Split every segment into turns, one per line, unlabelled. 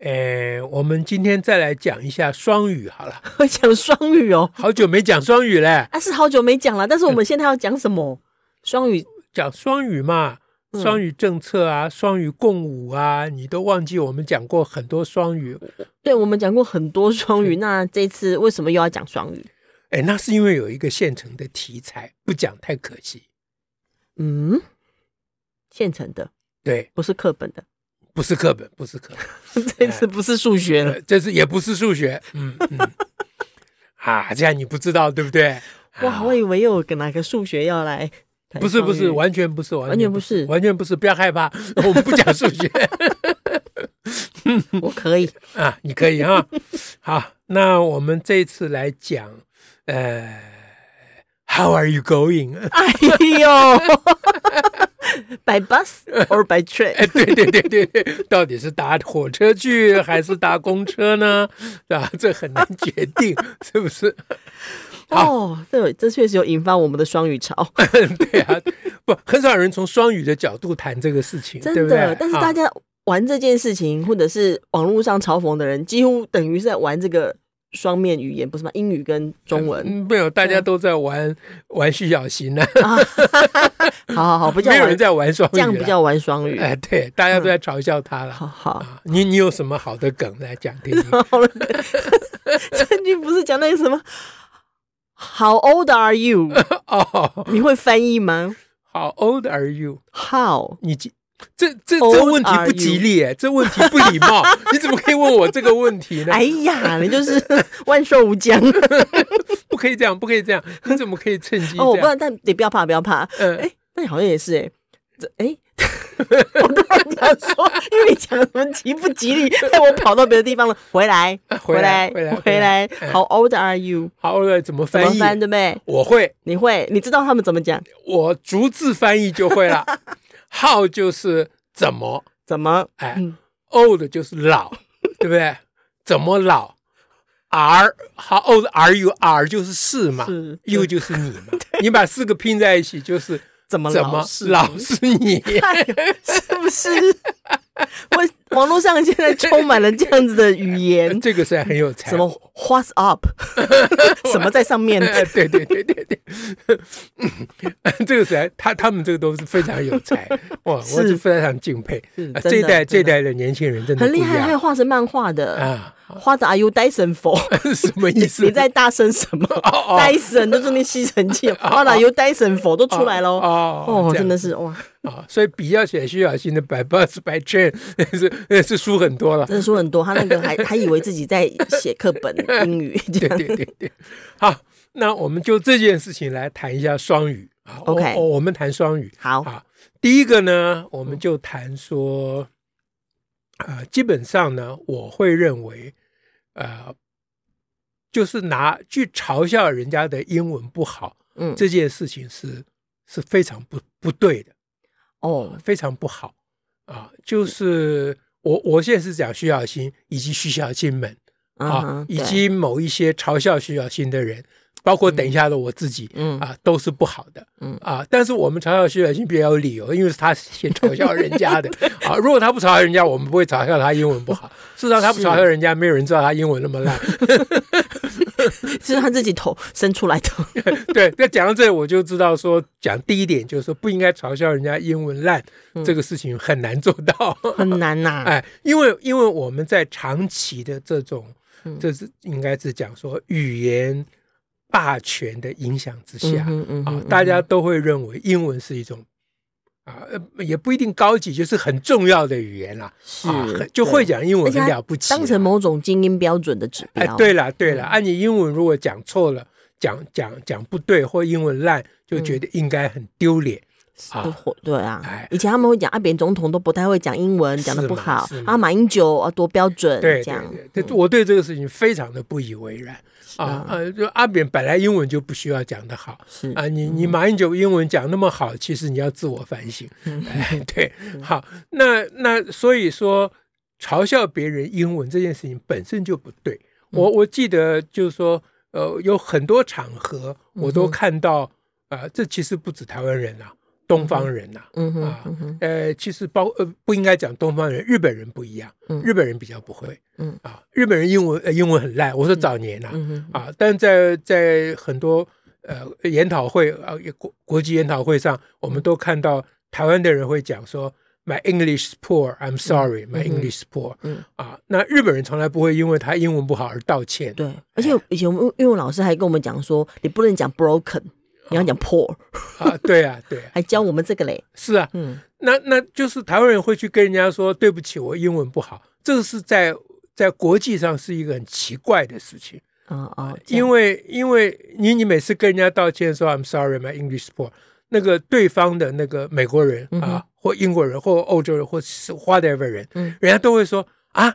诶、呃我们今天再来讲一下双语好了，
讲双语哦，
好久没讲双语嘞，
啊，是好久没讲了，但是我 们现在要讲什么？双语
讲双语嘛，
嗯
双语政策啊，双语共舞啊，你都忘记我们讲过很多双语。
对，我们讲过很多双语，那这次为什么又要讲双语？
诶，哎那是因为有一个现成的题材，不讲太可惜。
嗯，现成的，
对，
不是课本的，
不是课本，不是课本，
这
哎
次不是数学了。
呃这是也不是数学，嗯嗯，啊，这样你不知道对不对？啊
哇，我以为又有个哪个数学要来谈双语，
不是不是，完全不是，完
完全不是
完全不是，不要害怕，我们不讲数 学
我可以。
啊，你可以哈。好，那我们这次来讲，呃，How are you going？
哎呦，by bus or by
哎，
train？
对对对对对，到底是搭火车去还是搭公车呢？啊，这很难决定，是不是？ 好
哦，对，这确实有引发我们的双语潮，
对啊，不，很少有人从双语的角度谈这个事情，
真
对不对
的。？但是大
啊
家玩这件事情，或者是网络上嘲讽的人，几乎等于是在玩这个双面语言，不是吗？英语跟中文。
嗯没有，大家都在玩 玩徐小新呢，
啊，好好好，不叫
没有
玩
人，在玩双语
这样不
啦
叫玩双语。
哎，对，大家都在嘲笑他了。
好好，
啊，你你有什么好的梗来讲 给你？
好了，郑钧不是讲那个什么？How old are you？
哦
你会翻译吗
，How old are you？
？How？
你这这这
Old
这问题
are
不
you？
吉利哎，这问题不 礼貌，你怎么可以问我这个问题呢？
哎呀，你就是万寿无疆
不可以这样，不可以这样，你怎么可以趁机
哦！我
这
不知
样？
道，但得不要怕，不要怕。
嗯
哎，那好像也是哎，这哎， 我突然想说，因为你讲得很吉不吉利，害我跑到别的地方了。回来，
啊回来
回来，
回
回
来
来。How old are you？
好了，怎么
怎么
翻译？
翻对不对？
我会，
你会，你知道他们怎么讲？
我逐字翻译就会了。How 就是怎么，
怎么？
哎
嗯
，old 就是老， 对不对？怎么老？R how old are you? R 就是是嘛
是
，U 就是你 嘛。你把四个拼在一起就是
怎么
怎
老
么
是
老是你？
哎呦是不是？ 我网络上现在充满了这样子的语 言，
这个是很有才
什么 What's up？什么在上面？
哎，对对对对 对，嗯这个实在，他他们这个都是非常有 才，哇，我
是
是非常敬佩
是。
啊
真的
这一代这
真
一
的
代的年轻人真的
很
不一
厉害，还有
样
画成漫画的。
啊，
画的 Are you Dyson for？
什么意思？
你在大声什么
哦哦
？Dyson 就是那吸尘 器，画的 Are you Dyson for 都出来喽。
哦哦
哦，
这样
真的是哇，
啊，所以比较起来，徐小新的百 bus 百券是是输很多了。
真的说很多。他那个还还以为自己在写课本英语，这
对
样
对对对，好，那我们就这件事情来谈一下双语啊。我
OK
我我们谈双语。
好，
啊，第一个呢，我们就谈说，呃，基本上呢，我会认为，呃，就是拿去嘲笑人家的英文不好
嗯，
这件事情是是非常不不对的，
哦，
非常不好啊。就是我我现在是讲徐小新以及徐小新们
嗯
啊
哼，
以
对
及某一些嘲笑徐小新的人，包括等一下的我自己，
嗯
啊，都是不好的，
嗯
啊，但是我们嘲笑徐小新比较有理由，因为是他先嘲笑人 家的啊。如果他不嘲笑人家，我们不会嘲笑他英文不好。事实上，他不
是
嘲笑人家，没有人知道他英文那么 烂。
是他自己头伸出来的。
对，那讲到这，我就知道说，讲第一点就是说不应该嘲笑人家英文烂、
嗯
这个事情很难做 到。
很难呐、
哎，因为因为我们在长期的这种，
嗯
这是应该是讲说语言霸权的影响之下、
嗯哼嗯哼
啊
嗯，
大家
哼
都会认为英文是一种啊、呃也不一定高级，就是很重要的语言啦，
是、
啊，很就会
对
讲英
而
文
且
很
它
了不起啦，
当成某种精英标准的指
哎
标。，
对了对
嗯
了，啊，你英文如果讲错了，讲讲讲不对或英文烂，就觉得应该很丢脸。啊
都火对啊
哎，
以前他们会讲啊，扁总统都不太会讲英文，讲的
是
不
嘛
好
是嘛
啊，马英九啊多标准，
对
这
对
样嗯
对，对我对这个事情非常的不以为然啊
啊
呃，就阿扁本来英文就不需要讲得好
是嗯
啊，你你马英九英文讲那么好，其实你要自我反省。
嗯
哎，对，好，那那所以说嘲笑别人英文这件事情本身就不对。
嗯
我我记得就是说，呃，有很多场合
嗯
我都看到，呃，这其实不止台湾人啊，东方人呐、
嗯哼
啊
嗯哼
呃，其实包呃不应该讲东方人，日本人不一样
嗯，
日本人比较不会，
嗯
啊，日本人英文、呃、英文很烂，我说早年呐、
嗯哼
啊，但在在很多呃研讨会啊也国国际研讨会上，我们都看到台湾的人会讲说，My English is poor, I'm sorry,
嗯
my
哼
English is poor，
嗯
啊，那日本人从来不会因为他英文不好而道歉，
对，而且以前我们英文老师还跟我们讲说，你不能讲 broken，你要讲 poor，
啊，对啊，对啊，
还教我们这个嘞。
是啊，
嗯，
那那就是台湾人会去跟人家说对不起，我英文不好，这个是在在国际上是一个很奇怪的事情，
啊啊，
哎因
为
为因为你你每次跟人家道歉说 I'm sorry, my English is poor，那个对方的那个美国人啊、
嗯哼
或英国人或欧洲人或是 whatever 人，
嗯
人家都会说啊，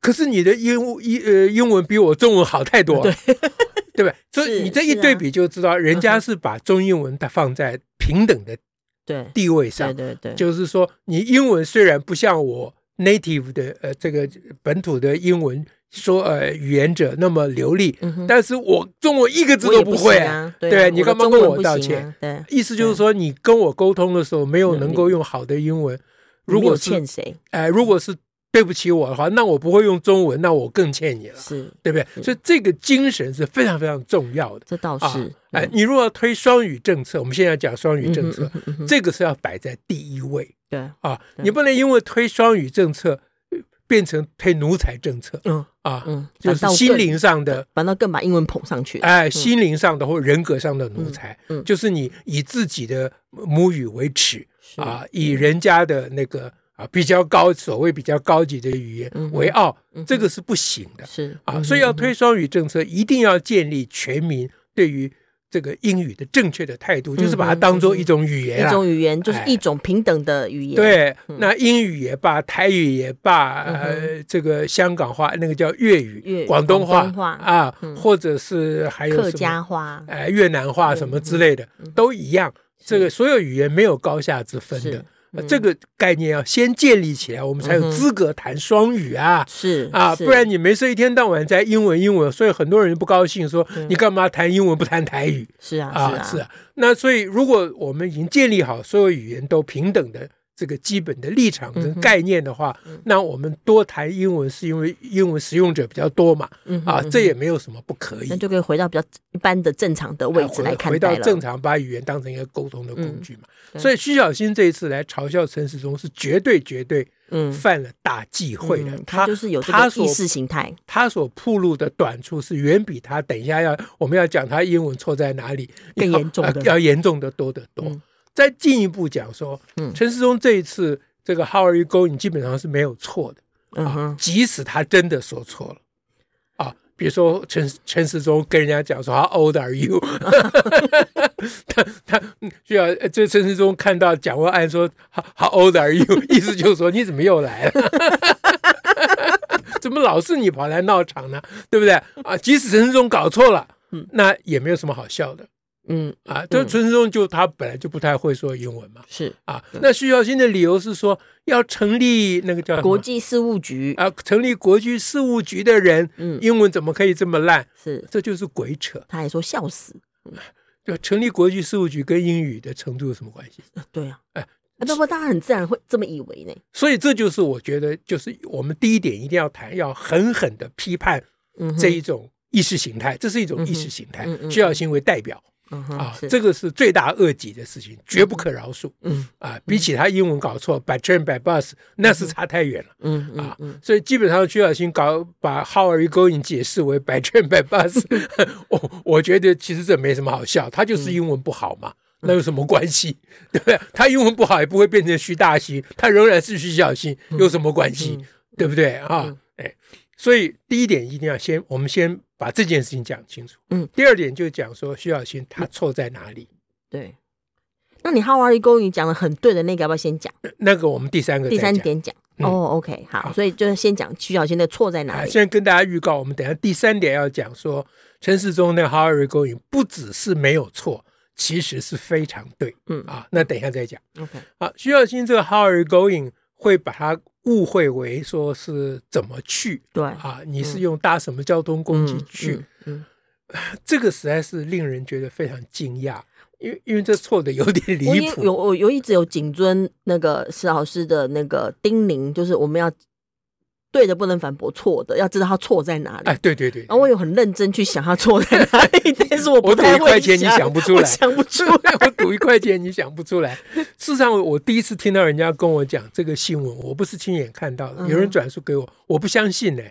可是你的英英呃英文比我中文好太多了， 对吧？所以
是
你这
是
一
啊
对比就知道，人家是把中英文它放在平等的
对
地位
对
上，
对对，
就是说，你英文虽然不像我 native 的呃这个本土的英文说呃语言者那么流利，
嗯哼
但是我中文一个字
我
都
也
不
不
会
行
啊、
啊，
对
啊
你
的
干嘛
中
跟
文
我
不
道
行啊？对，
意思就是说，你跟我沟通的时候没有能够用好的英文，如
没有
果是
欠谁
哎如果是对不起我的话，那我不会用中文，那我更欠你了，
是，
对不
是
对？所以这个精神是非常非常重要的
这倒
啊
是。。
哎
嗯，
你如果要推双语政策，我们现在讲双语政策
嗯，哼嗯哼嗯哼
这个是要摆在第一位。
对，
啊，
对
你不能因为推双语政策呃变成推奴才政策
嗯
啊，
嗯，
就
反
是
倒
心
更
灵上的，
反倒更把英文捧上去了。
哎，心灵上的或人格上的奴才，
嗯嗯
就是你以自己的母语为耻
是嗯
啊，以人家的那个啊比较高所谓比较高级的语
嗯
言
哼
为傲，
嗯哼嗯
这个是不行的
是
啊，所以要推双语政策，一定要建立全民对于这个英语的正确的态度，就是把
嗯
它
哼
当做
嗯哼
一种语言
一
啊，
种语言，就是
哎
一种平等的语言。，
对，
嗯
那英语也罢，台语也罢，
嗯
呃，这个香港话那个叫粤
粤
语、
语
东话
广东话
啊
嗯，
或者是还有
客
什么
家嗯话
呃越南话什么之类的，都一样。这个所有语言没有高下之分
是嗯
的，呃这个概念要先建立起来，我们才有资格谈双语啊。
是
啊，
嗯是
不然你没事一天到晚在英文英文，所以很多人不高兴说
嗯
你干嘛谈英文不谈台语？
是啊
啊，
是
是
啊，
啊。那所以，如果我们已经建立好所有语言都平等的这个基本的立场
嗯
跟
哼嗯
概念的话，那我们多谈英文是因为英文使用者比较多嘛，
嗯哼
啊
嗯，哼
这也没有什么不可以
那。就可以回到比较一般的正常的位
啊
置
回
来看
回
待
到
了。嗯
正常，把语言当成一个沟通的工具嘛。
对
所以徐小新这一次来嘲笑陈世忠是绝对绝对
嗯
犯了大忌讳的。
嗯他就是有这
他
个
所
意识形态，
他所暴露的短处是远比他等一下要我们要讲他英文错在哪里
更
要
严重的
呃 要严重的多得多。
嗯
再进一步讲说，
嗯
陈世忠这一次这个 How are you going 基本上是没有错的，
嗯哼，
即使他真的说错了啊，比如说陈陈世忠跟人家讲说 How old are you，他他嗯需要呃这陈世忠看到蒋万安说 How How old are you，意思就是说你怎么又来了？ 怎么老是你跑来闹场呢？对不对啊？即使陈世忠搞错了，
嗯
那也没有什么好笑的
嗯
啊。就
嗯
陈世忠就他本来就不太会说英文嘛，
是
啊，那徐小新的理由是说要成立那个叫什么
国际事务局
嗯啊，成立国际事务局的人，
嗯
英文怎么可以这么烂？
是，
这就是鬼扯。
他还说笑死，
就成立国际事务局跟英语的程度有什么关系？
呃对啊，
哎
哎，那不过大家很自然会这么以为呢，
所以这就是我觉得，就是我们第一点一定要谈，要狠狠的批判
嗯哼
这一种意识形态，这是一种意识形态
嗯嗯，嗯
徐小新为代表
嗯哼
啊，
是
这个是罪大恶极的事情，绝不可饶恕
嗯
啊！比起他英文搞错 by train by bus，那是差太远了。
嗯嗯
啊
嗯，
所以基本上徐小新搞把 How are you going 解释为百卷百八十， 我我觉得其实这没什么好笑，他就是
嗯
英文不好嘛，那有什么关系？ 对不对？他英文不好也不会变成徐大新，他仍然是徐小新，
嗯
有什么关系？对不对啊？哎，所以第一点一定要先，我们先把这件事情讲清楚。
嗯，
第二点就讲说徐小新他错在哪里。
对。那你 How are you going 讲的很对的那个，要不要先讲？
那个我们第三个
第
再
三
讲。
点讲。
嗯
哦，OK，好，
好
所以就是先讲徐小新的错在哪
啊，
里。
先跟大家预告，我们等一下第三点要讲说，陈世忠那个 How are you going 不只是没有错，其实是非常对。
嗯
啊，那等一下再讲。
OK，
啊，徐小新这个 How are you going 会把它误会为说是怎么去
对，
啊，你是用搭什么交通工具
嗯
去？，
嗯
这个实在是令人觉得非常惊讶，因为因为这错的有点
嗯我
离
也有
谱。
我有一直有谨遵那个石老师的那个叮咛，就是我们要对的不能反驳错的，要知道他错在哪里。
哎，对对对，
然后啊我有很认真去想他错在哪 里，但是我不
我赌
太会
一块钱你想不出
我
来
想不出来。
我赌一块钱你想不出来。 事实上，我我第一次听到人家跟我讲这个新闻，我不是亲眼看到的，有人
嗯
转述给我，我不相信呢、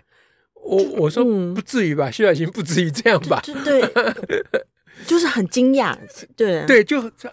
我我说
嗯
不至于吧，徐小新不至于这样吧？
就对，就是很惊讶，对啊，
对，就这，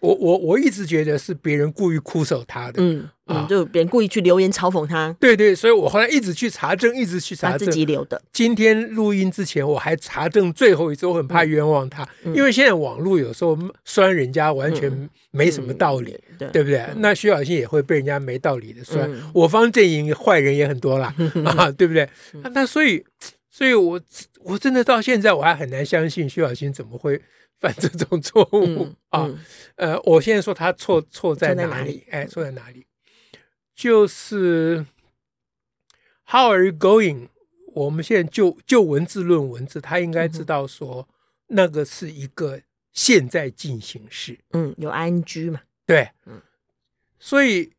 我我我一直觉得是别人故意哭手他的。
嗯
啊
嗯，就别人故意去留言嘲讽他，
对对，所以我后来一直去查证，一直去查
他
证。
自己留的，
今天录音之前，我还查证最后一次，我很怕冤枉他，
嗯
因为现在网络有时候酸人家完全
嗯
没什么道理，
嗯，对
对不对？那徐小新也会被人家没道理的酸，
嗯
我方阵营坏人也很 多啦，啊，对不对？那那所以，所以我我真的到现在我还很难相信徐小新怎么会犯这种错误、
嗯
啊。
嗯
呃，我现在说他错错在
错在
哪
哪
里
里？嗯
哎，错在哪里？就是 How are you going？我们现在就就文字论文字，他应该
嗯
知道说、那个是一个现在进行时，
嗯，有 ing 嘛，
对，
嗯
所以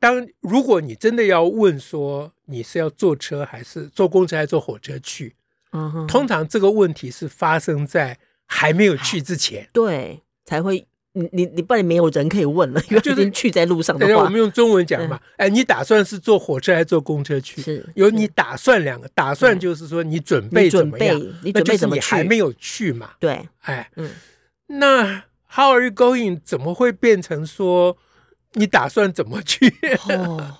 当如果你真的要问说你是要坐车还是坐公车还是坐火车去，
嗯哼，
通常这个问题是发生在还没有去之前。
对才会，你你你不然没有人可以问了，因为
就是
已经去在路上的
对，我
话
们，用中文讲嘛，哎，你打算是坐火车还是坐公车去？
嗯是嗯
有你打算两个，打算就是说你准备
你
怎
准
么
备
样，
你
那
准
就
备
是
怎么
你还
去？
没有去嘛，
对，
哎，
嗯
那 How are you going？怎么会变成说你打算怎么去？
哦，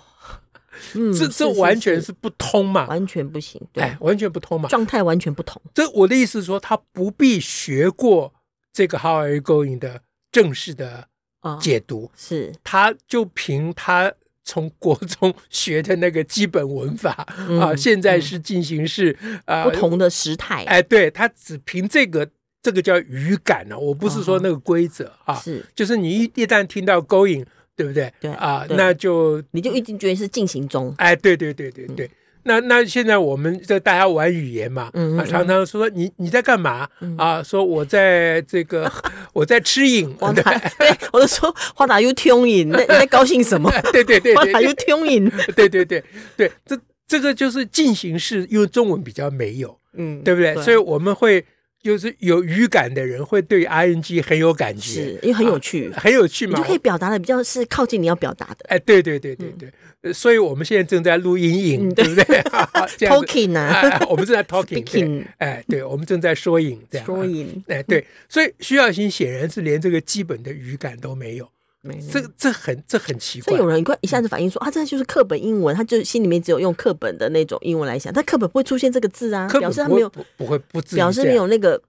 嗯，
这
是
这完全
是
是不通嘛，
完全不行，
哎
对，，
完全不通嘛。
状态完全不同，
这我的意思是说，他不必学过这个 How are you going 的正式的
啊
解读，
是，
他就凭他从国中学的那个基本文法
嗯
啊，现在
嗯
是进行式啊，
不同的时态，
哎，对他只凭这个，这个叫语感啊呢、我不是说那个规则啊，
嗯是，
就是你一一旦听到勾引，对不对？
对
啊，
对
那就
你就一定觉得是进行 中，
哎，对对对
嗯
对对。那那现在我们在大家玩语言嘛，
嗯嗯
啊，常常说你你在干嘛
嗯
啊？说我在这 个我在吃瘾，
花达， 对我就说花达又听瘾，那你在高兴什么？
对对对
花
对
达又听瘾，
对对对对，这这个就是进行式，因为中文比较没有，
嗯，
对不对？所以我们会就是有语感的人会对 ing 很有感
是
觉，
因为很有趣，
很有趣
你
嘛
就。可以表达的比较是靠近你要表达的
哎，对对对对对，呃所以我们现在正在录音影，
嗯
对不对 这样子
，talking
哎
啊
哎我们正在 talking，对
，speaking 嗯
哎，对，我们正在说影，这样啊。
drawing，
哎，对，所以徐小新显然是连这个基本的语感都没有，
没
这这很这很奇
所
怪
以有。人快一下子反应说啊，这就是课本英文，他就心里面只有用课本的那种英文来想，但课本不会出现这个字啊，
课
表
本
示他
不
没
会
有，
不不会不至于
表示
这
没
样
有那个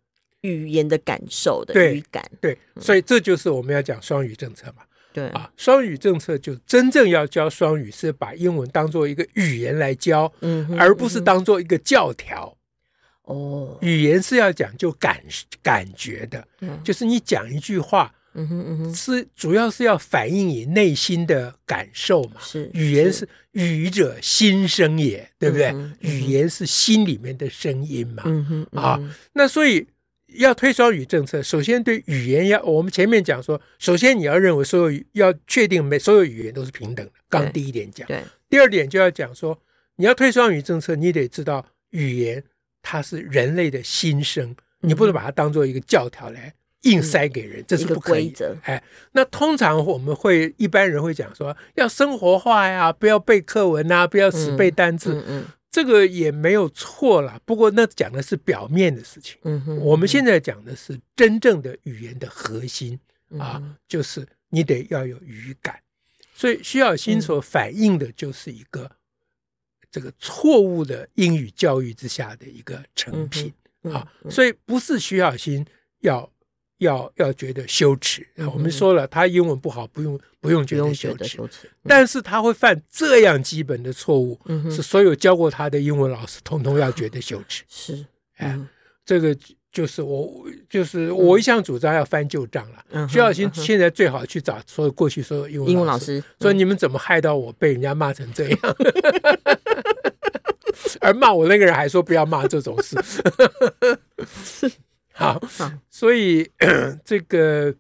语言的感受的
对
语感，
对，所以这就是我们要讲双语政策嘛。
对，
啊，双语政策就真正要教双语，是把英文当做一个语言来教，
嗯哼，
而不是当做一个教条。
哦，
语言是要讲究感感觉的，
嗯
就是你讲一句话
嗯哼嗯哼，
是主要是要反映你内心的感受嘛。
是
语言是语者心声也，对不对？
嗯嗯嗯
语言是心里面的声音嘛。
嗯哼嗯
啊
哼
那所以要推双语政策，首先对语言要，我们前面讲说，首先你要认为所有语要确定每所有语言都是平等的，刚第一点讲。
对，
第二点就要讲说，你要推双语政策，你得知道语言它是人类的心声，
嗯
你不能把它当做一个教条来硬塞给人，这是不可以
一个规则。
哎，那通常我们会一般人会讲说，要生活化呀，不要背课文呐、不要死背单词，
嗯嗯
这个也没有错啦。不过那讲的是表面的事情，
嗯哼，
我们现在讲的是真正的语言的核心
嗯
啊，就是你得要有语感。所以徐小
嗯
新所反映的就是一个这个错误的英语教育之下的一个成品
嗯
啊
嗯，嗯
所以不是徐小新要要要觉得羞耻。那我们说了，他英文不好，不用不用
嗯不
觉
用
得
觉
羞
得
耻，
羞耻。
但是他会犯这样基本的错误，
嗯哼
是所有教过他的英文老师通通要觉得羞耻。
是，
哎
嗯
这个就是我，就是我一向主张要翻旧账了。
嗯哼
徐小新
嗯哼
现在最好去找所有过去所有英文
英文老师嗯
说你们怎么害到我被人家骂成 这样？ 而骂我那个人还说不要骂这种 事。好，所以 这个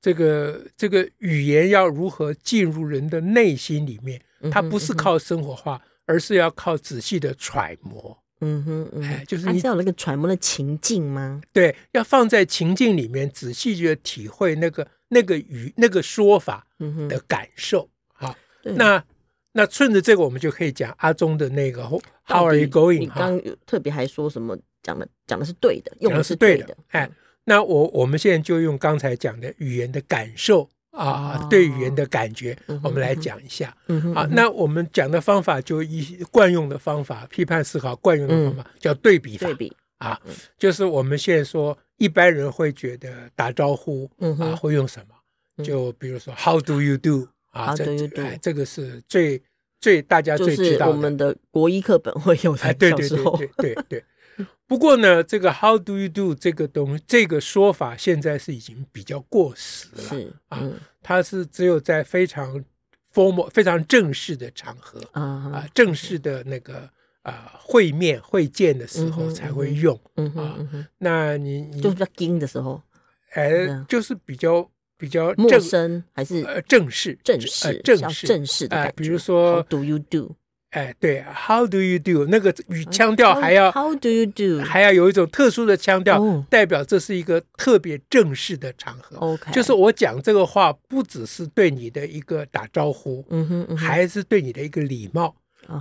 这个这个语言要如何进入人的内心里面，
嗯
它不是靠生活化，而是要靠仔细的揣摩。
嗯哼嗯
哎
哼，
就是
还
你
是要有那个揣摩的情境吗？
对，要放在情境里面，仔细去体会那个那个语那个说法
嗯哼，
的感受。好，
对
呃那那顺着这个，我们就可以讲阿忠的那个 How
到
How are you
底你
going？哈
刚，有特别还说什么讲的讲的是对的，用
讲的
是
对
的，
哎，那我我们现在就用刚才讲的语言的感受啊，
哦
对语言的感觉，
嗯哼
我们来
嗯哼
讲一下。
嗯哼，
啊，那我们讲的方法就一惯用的方法，批判思考惯用的方法、叫对比
嗯
法
对比，嗯
啊，就是我们现在说一般人会觉得打招呼，
嗯
啊，
哼，
会用什么？
嗯
就比如说 How do you do？啊，
How
这
do you
哎
do？
这个是最最大家
就
最知
是
道
我
的
们。的国医课本会有
哎，
的，
对
小
对
时
对
候
对对对。不过呢，这个 How do you do 这个东这个说法现在是已经比较过时了，
是，
啊
嗯
它是只有在非常 formal、非常正式的场合啊
啊，，
正式的那个啊会面会见的时
嗯
候
哼
才会
嗯哼
用。
嗯哼
啊嗯
嗯哼，
那你你
就是比较硬的时候，
哎
嗯，
就是比较比较
陌
正
生还是
呃正式
正
呃
式，
正
要
式
正式的
哎
感觉。
比如说
How do you do？
哎，对，How do you do？那个语腔调还要
嗯 How how do you do？
还要有一种特殊的腔调，
哦
代表这是一个特别正式的场合。
OK，
就是我讲这个话，不只是对你的一个打招呼，
嗯哼，嗯哼
还是对你的一个礼貌，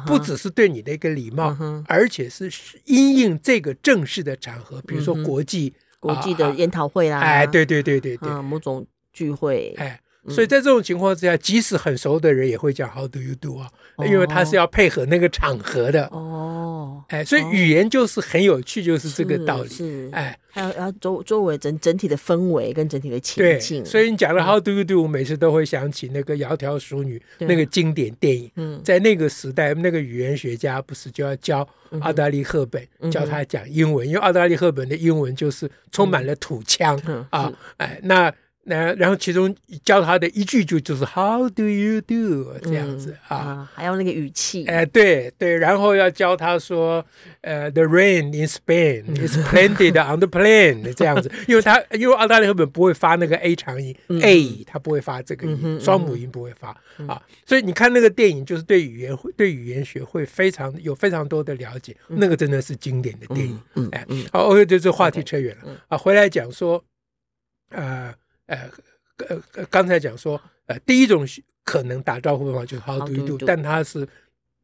不啊只是对你的一个礼貌，
嗯哼
而且是因应这个正式的场合，比如说
嗯哼
国际、
国际的
啊
研讨会啦，
哎，对对对对对，
啊，某种聚会，
哎，
嗯
所以在这种情况之下，即使很熟的人也会讲 How do you do 啊，因为他是要配合那个场合的。
哦，
哎，所以语言就是很有趣，就是这个
是
道理。
是，
哎，
还有要周周围整整体的氛围跟整体的
对
情，境，
所
以
以你讲了 How do you do，我每次都会想起那个窈窕淑女
对啊
那个经典电影。
嗯
在那个时代，那个语言学家不是就要教奥黛丽·赫本，
嗯嗯哼
教他讲英文，因为奥黛丽·赫本的英文就是充满了土腔、
嗯
啊，哎，那那然后其中教他的一句就就是 How do you do 这样子、啊，
啊，还有那个语气，
哎，对对，然后要教他说，呃，the rain in Spain is splendid on the plain 这样子，因为他因为澳大利亚本不会发那个 a 长音、a，他不会发这个音，
嗯哼嗯哼嗯
双母音不会发、啊，所以你看那个电影，就是对语言会对语言学会非常有非常多的了解，那个真的是经典的电影。
嗯
哎
嗯，
好，OK，这这话题扯远了、
嗯
啊，回来讲说，呃呃呃，呃刚才讲说，呃，第一种是可能打招呼的方法就是 How
How
do
do
you
you
do，
do？
但它是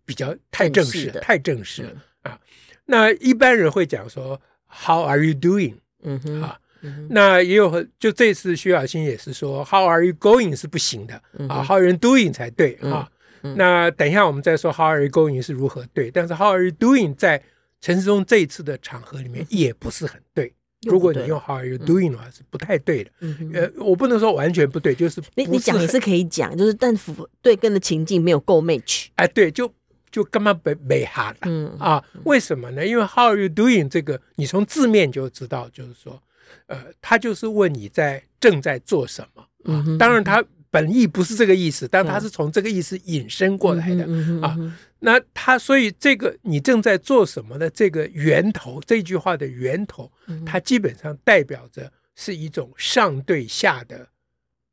比较太正
正式
式了，
的嗯
太正式了、啊。那一般人会讲说 How are you doing？
嗯哼
啊
嗯哼
那也有很就这次徐小新也是说 How are you going 是不行的、
嗯
啊
哼
，How are you doing 才对啊。
嗯
那等一下我们再说 How are you going 是如何对，但是 How are you doing 在陈世忠这一次的场合里面也不是很对。
嗯又不
如果你
对
用 How are you doing 的话是不太对的。
嗯哼
呃，我不能说完全不对，就是
你
不
你讲
很
也是可以讲，就是但符合对跟的情境没有够 match，
哎，对，就就干嘛北北哈的
嗯
啊？为什么呢？因为 How are you doing 这个，你从字面就知道，就是说，呃，他就是问你在正在做什么啊
嗯。哼
当然，他本意不是这个意思，但他
嗯
是从这个意思引申过来的。
嗯哼
啊，
嗯哼
那他所以这个你正在做什么的这个源头，这句话的源头，
嗯
它基本上代表着是一种上对下的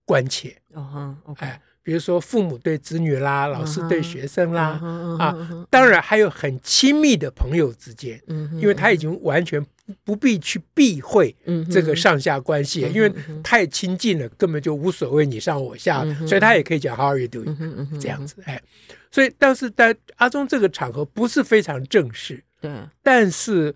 关切。
哦哈，OK，
哎，比如说父母对子女啦，老师对
嗯哼
学生
嗯
啦，
哼嗯
啊
哼，
当然还有很亲密的朋友之间，
嗯哼
因为他已经完全不必去避讳
嗯哼
这个上下关系，
嗯哼
因为
嗯哼
太亲近了，根本就无所谓你上我下，
嗯哼
所以他也可以讲 How are you doing、
嗯哼嗯哼
这样子，哎，所以但是在阿忠这个场合不是非常正式，
对，
但是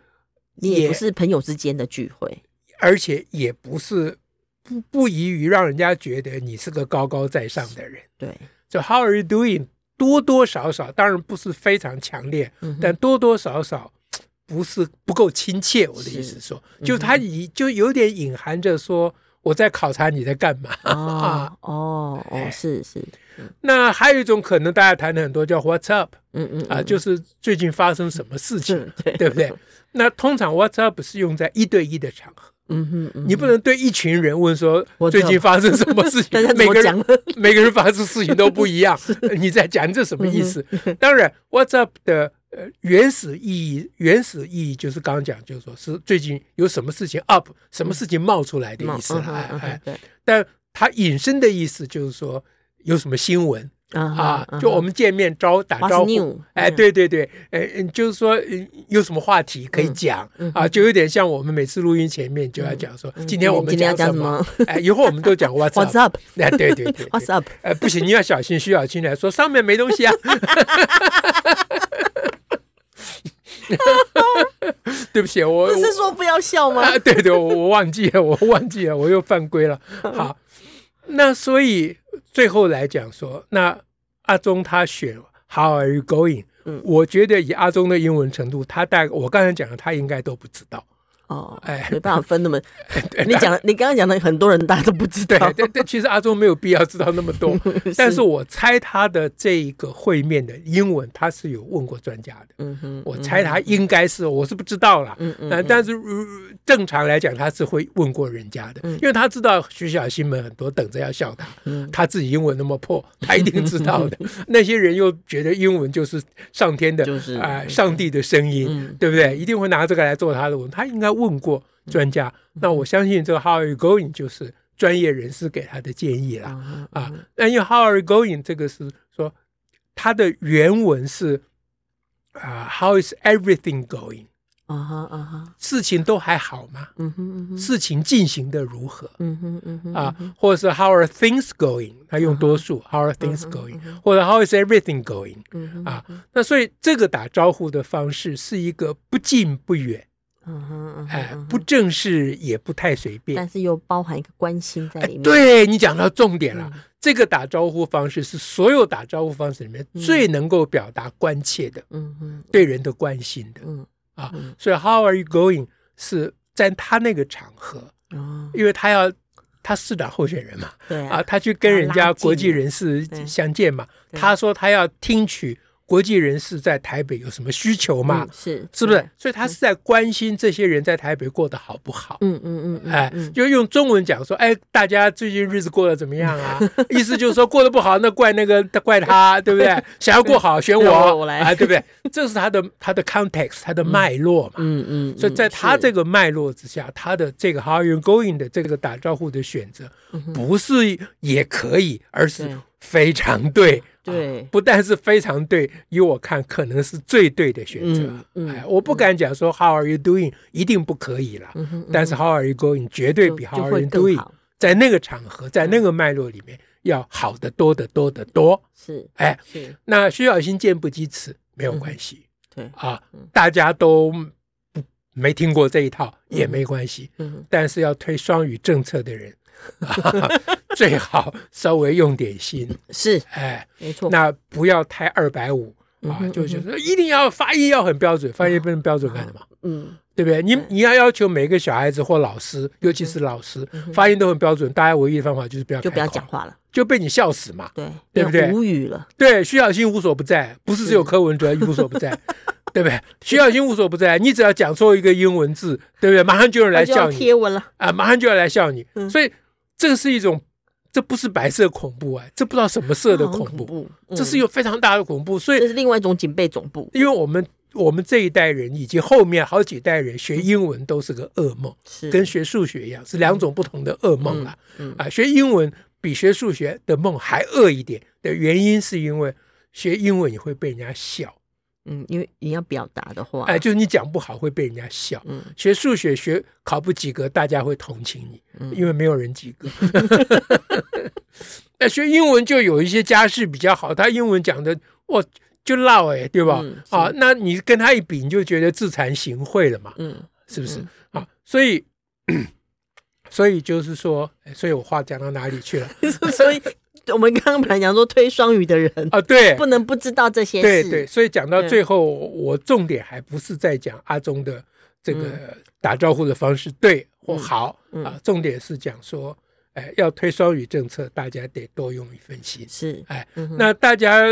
你也不是朋友之间的聚会，
而且也不是不不宜于让人家觉得你是个高高在上的人。
对，
就 How are you doing？多多少少，当然不是非常强烈，
嗯哼
但多多少少，不是不够亲切。我的意思
是嗯
说，就他以就有点隐含着说我在考察你在干嘛。
哦哦哦，是是，
那还有一种可能，大家谈的很多叫 What's up
嗯嗯
啊、
嗯
就是最近发生什么事情，
嗯对
对不 对？那通常 What's up 是用在一对一的场合，
嗯哼嗯哼，
你不能对一群人问说
What's
最近发生什么 事
大家
情，
怎
每
么
个
讲
人 每个人发生事情都不 一样，你在讲这什么意
嗯
思？当然，What's up 的呃原始意义，原始意义就是刚刚讲，就是说是最近有什么事情 up，什么事情冒出来的
嗯
意思了，哎
嗯哼
哎
嗯，对
但它引申的意思就是说有什么新闻。啊，就我
们
们见面招打招
嗯 What's
呼
new？，
哎，
嗯
对对对，呃，嗯就是说嗯有什么话题可以讲
嗯嗯嗯
啊，就有点像我们每次录音前面就要讲说，今天我们
今天要
讲
讲
什
什
么
么，
哎，以后我们 都讲 What's
What's
up，
up
哎，对对对
What's
对，
up，
哎，不行，你要小心徐小青来说上面没东 西啊， 对不起，我
不
我
是说不要笑 吗？
啊，对对，我我忘记了，我忘记了，我又犯规了。好，那所以最后来讲说，那阿忠他选 How are you going？、
嗯
我觉得以阿忠的英文程度，他大概我刚才讲的，他应该都不知道。
哦，
哎
没办法分那么，你讲你刚刚讲的很多人大家都不知
对
道，，
但但其实阿忠没有必要知道那么多，但是我猜他的这一个会面的英文，他是有问过专家的。
嗯哼，
我猜他应该是，我是不知道啦。
嗯嗯
但但是、呃正常来讲，他是会问过人家
嗯
的，因为他知道徐小新们很多等着要笑他，他自己英文那么破，他一定知道的。 那些人又觉得英文就是上天的，
就是
啊、上帝的声音，
嗯
对不对？一定会拿这个来做他的文。他应该问过专家，
嗯
那我相信这个 How are you going 就是专业人士给他的建议啦。
啊
啊，那因为 How are you going 这个是说它的原文是啊、How is everything going？
啊哈啊哈，
事情都还好吗？
嗯哼嗯哼
事情进行的如何？
嗯哼嗯哼
啊，或者是 How are things going？它用多数 How are things going？或者 How is everything going？
嗯哼
啊，那所以这个打招呼的方式是一个不近不远，
嗯哼嗯
哎
哼，，
不正式也不太随便
但。是又包含一个关心在
哎
里面，，嗯
对你讲到重点了，这个打招呼方式是所有打招呼方式里面最能够表达关切的、
嗯哼
对人的关心的
嗯
啊。所以 How are you going 是在他那个场合，
哦，
因为他要他市长候选人嘛，
对
啊，，他去跟人
要
家
拉近
国际人士
对
相见嘛，
对
他说他要听取国际人士在台北有什么需求嘛
嗯，是
是不
对
是？所以他是在关心这些人在台北过得好不好。
嗯嗯嗯嗯，
哎
嗯，
就用中文讲说，哎，大家最近日子过得怎么样啊？意思就是说过得不好，那怪那个怪他，对不对？想要过好，选
让我
我
我来
啊，对不对？这是他的他的 context，他的脉络嘛。
嗯嗯，
所以在他
是
这个脉络之下，他的这个 How are you going 的这个打招呼的选择，不是也可以，而是
嗯对嗯
非常对。
对
啊不但是非常对，依我看，可能是最对的选择。
嗯嗯嗯
哎，我不敢讲说 How are you doing 一定不可以啦，
哼
但是 How are you going 绝对
就
比
就
How
会
are you
更
doing
好嗯
在那个场合，在那个脉络里面要好得多得多得多。
是
哎，
是，
那徐小新见不及此没有关系。
嗯对，
啊，大家都不没听过这一套也没关系，
嗯
但是要推双语政策的人， 啊、最好稍微用点心，
是
哎，
没错，嗯
那不要太二百五啊，就就是一定要发音要很标准，发音不能标准干什么？
嗯
对不对？你你要要求每个小孩子或老师，尤其是老师，发音都很标准，大家唯一的方法就是不要
嗯就不要
开口
讲，话了，
就被你笑死嘛。
对，
对不对
变无语了，
对，徐小新无所不在，不是只有柯文哲无 所不在，对不对？徐小新无所不在，你只要讲错一个英文字，对不对？马上就有人来
那就要
笑你
贴文了，
啊，马上就要来笑你。
嗯
所以这是一种，这不是白色恐怖啊，这不知道什么色的
好
恐
啊恐
怖，
怖，
这是
嗯
有非常大的恐怖。所以
这，是另外一种警备总部，
因为我们我们这一代人以及后面好几代人学英文都是个噩梦，
是
跟学数学一样，是两种不同的噩梦啦。
嗯
啊，学英文比学数学的梦还恶一点的原因，是因为学英文你会被人家笑，
嗯，因为你要表达的话，
哎、就是你讲不好会被人家笑。
嗯
学数学学考不及格，大家会同情你，
嗯
因为没有人及格。 那学英文就有一些家世比较好，他英文讲的哇就唠哎、对吧？
嗯是
啊，那你跟他一比，你就觉得自惭形秽了嘛。
嗯
是不是、啊？所以， 所以就是说，哎所以我话讲到哪里去了？
所以我们刚刚本来讲说推双语的人
啊，对，
不能不知道这些
对
事。
对，所以讲到
嗯
最后，我重点还不是在讲阿忠的这个打招呼的方式对或好
嗯
啊，重点是讲说，哎，要推双语政策，大家得多用语分析。
是，
哎
嗯哼，
那大家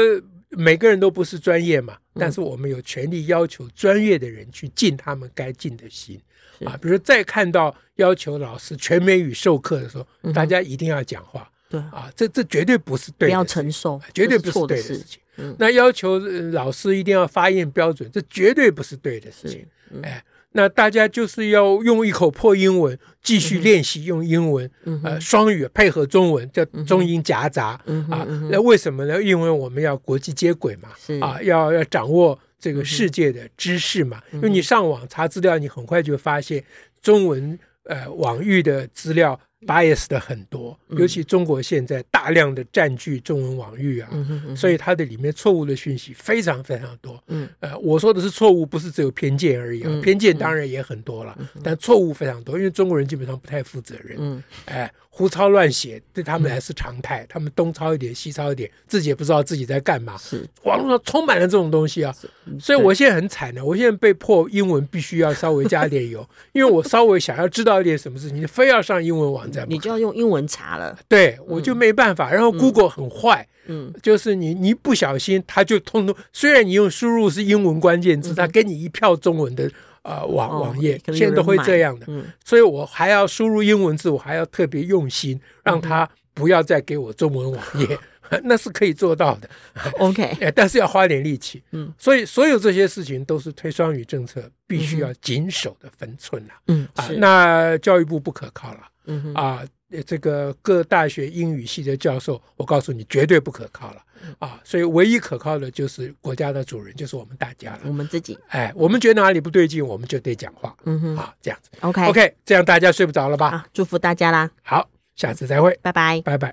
每个人都不是专业嘛，
嗯
但是我们有权利要求专业的人去尽他们该尽的心
是
啊。比如再看到要求老师全美语授课的时候，
嗯哼
大家一定要讲话
对，
啊，这这绝对不是
不
对
要
的事情。
承受，
绝
这
对不
是
是
错
对的
事
事。情。
嗯
那要求呃老师一定要发音标准，这绝对不是对的事情
是。，嗯
哎，那大家就是要用一口破英文继续练习用英文，
嗯
呃，双语配合中文，叫中英夹杂、
嗯哼
啊
嗯。哼
那为什么呢？因为我们要国际接轨嘛，
是嗯
啊，要要掌握这个世界的知识嘛。因为你上网查资料，你很快就发现中文呃网域的资料
嗯
bias 的很多，尤其中国现在大量的占据中文网域啊，
嗯哼嗯
所以它的里面错误的讯息非常非常多。
嗯，
呃，我说的是错误，不是只有偏见而已啊，
嗯
偏见当然也很多了，但错误非常多，因为中国人基本上不太负责任。
嗯，
哎，胡抄乱写对他们来是常态，他们东抄一点，西抄一点，自己也不知道自己在干嘛。
是，
网络上充满了这种东西啊，
嗯
所以我现在很惨的，我现在被迫英文必须要稍微加点 油，因为我稍微想要知道一点什么事情，非要上英文网站
对
不
你
可，
就要用英文查了，
对我就没办法。然后 Google 很坏，
嗯，
就是你你一不小心，它就通通，虽然你用输入是英文关键字，它给你一票中文的呃网
嗯哦
网页，
可能有
现在都
人
会
买
这样的。
嗯，
所以我还要输入英文字，我还要特别用心，让它不要再给我中文网 页，那是可以做到的。
OK，
哎，但是要花点力气。
嗯，
所以所有这些事情都是推双语政策必须要谨守的分寸了、
嗯，
啊。
是，
那教育部不可靠了
嗯哼，
啊。呃这个各大学英语系的教授，我告诉你，绝对不可靠了
嗯
啊！所以唯一可靠的就是国家的主人，就是我们大家
我
了。
们自己，
哎，我们觉得哪里不对劲，我们就得讲话
嗯哼
啊，这样子。
，OK，啊
OK，这样大家睡不着了吧？
好，祝福大家啦，
好，下次再会，
拜拜。
拜拜。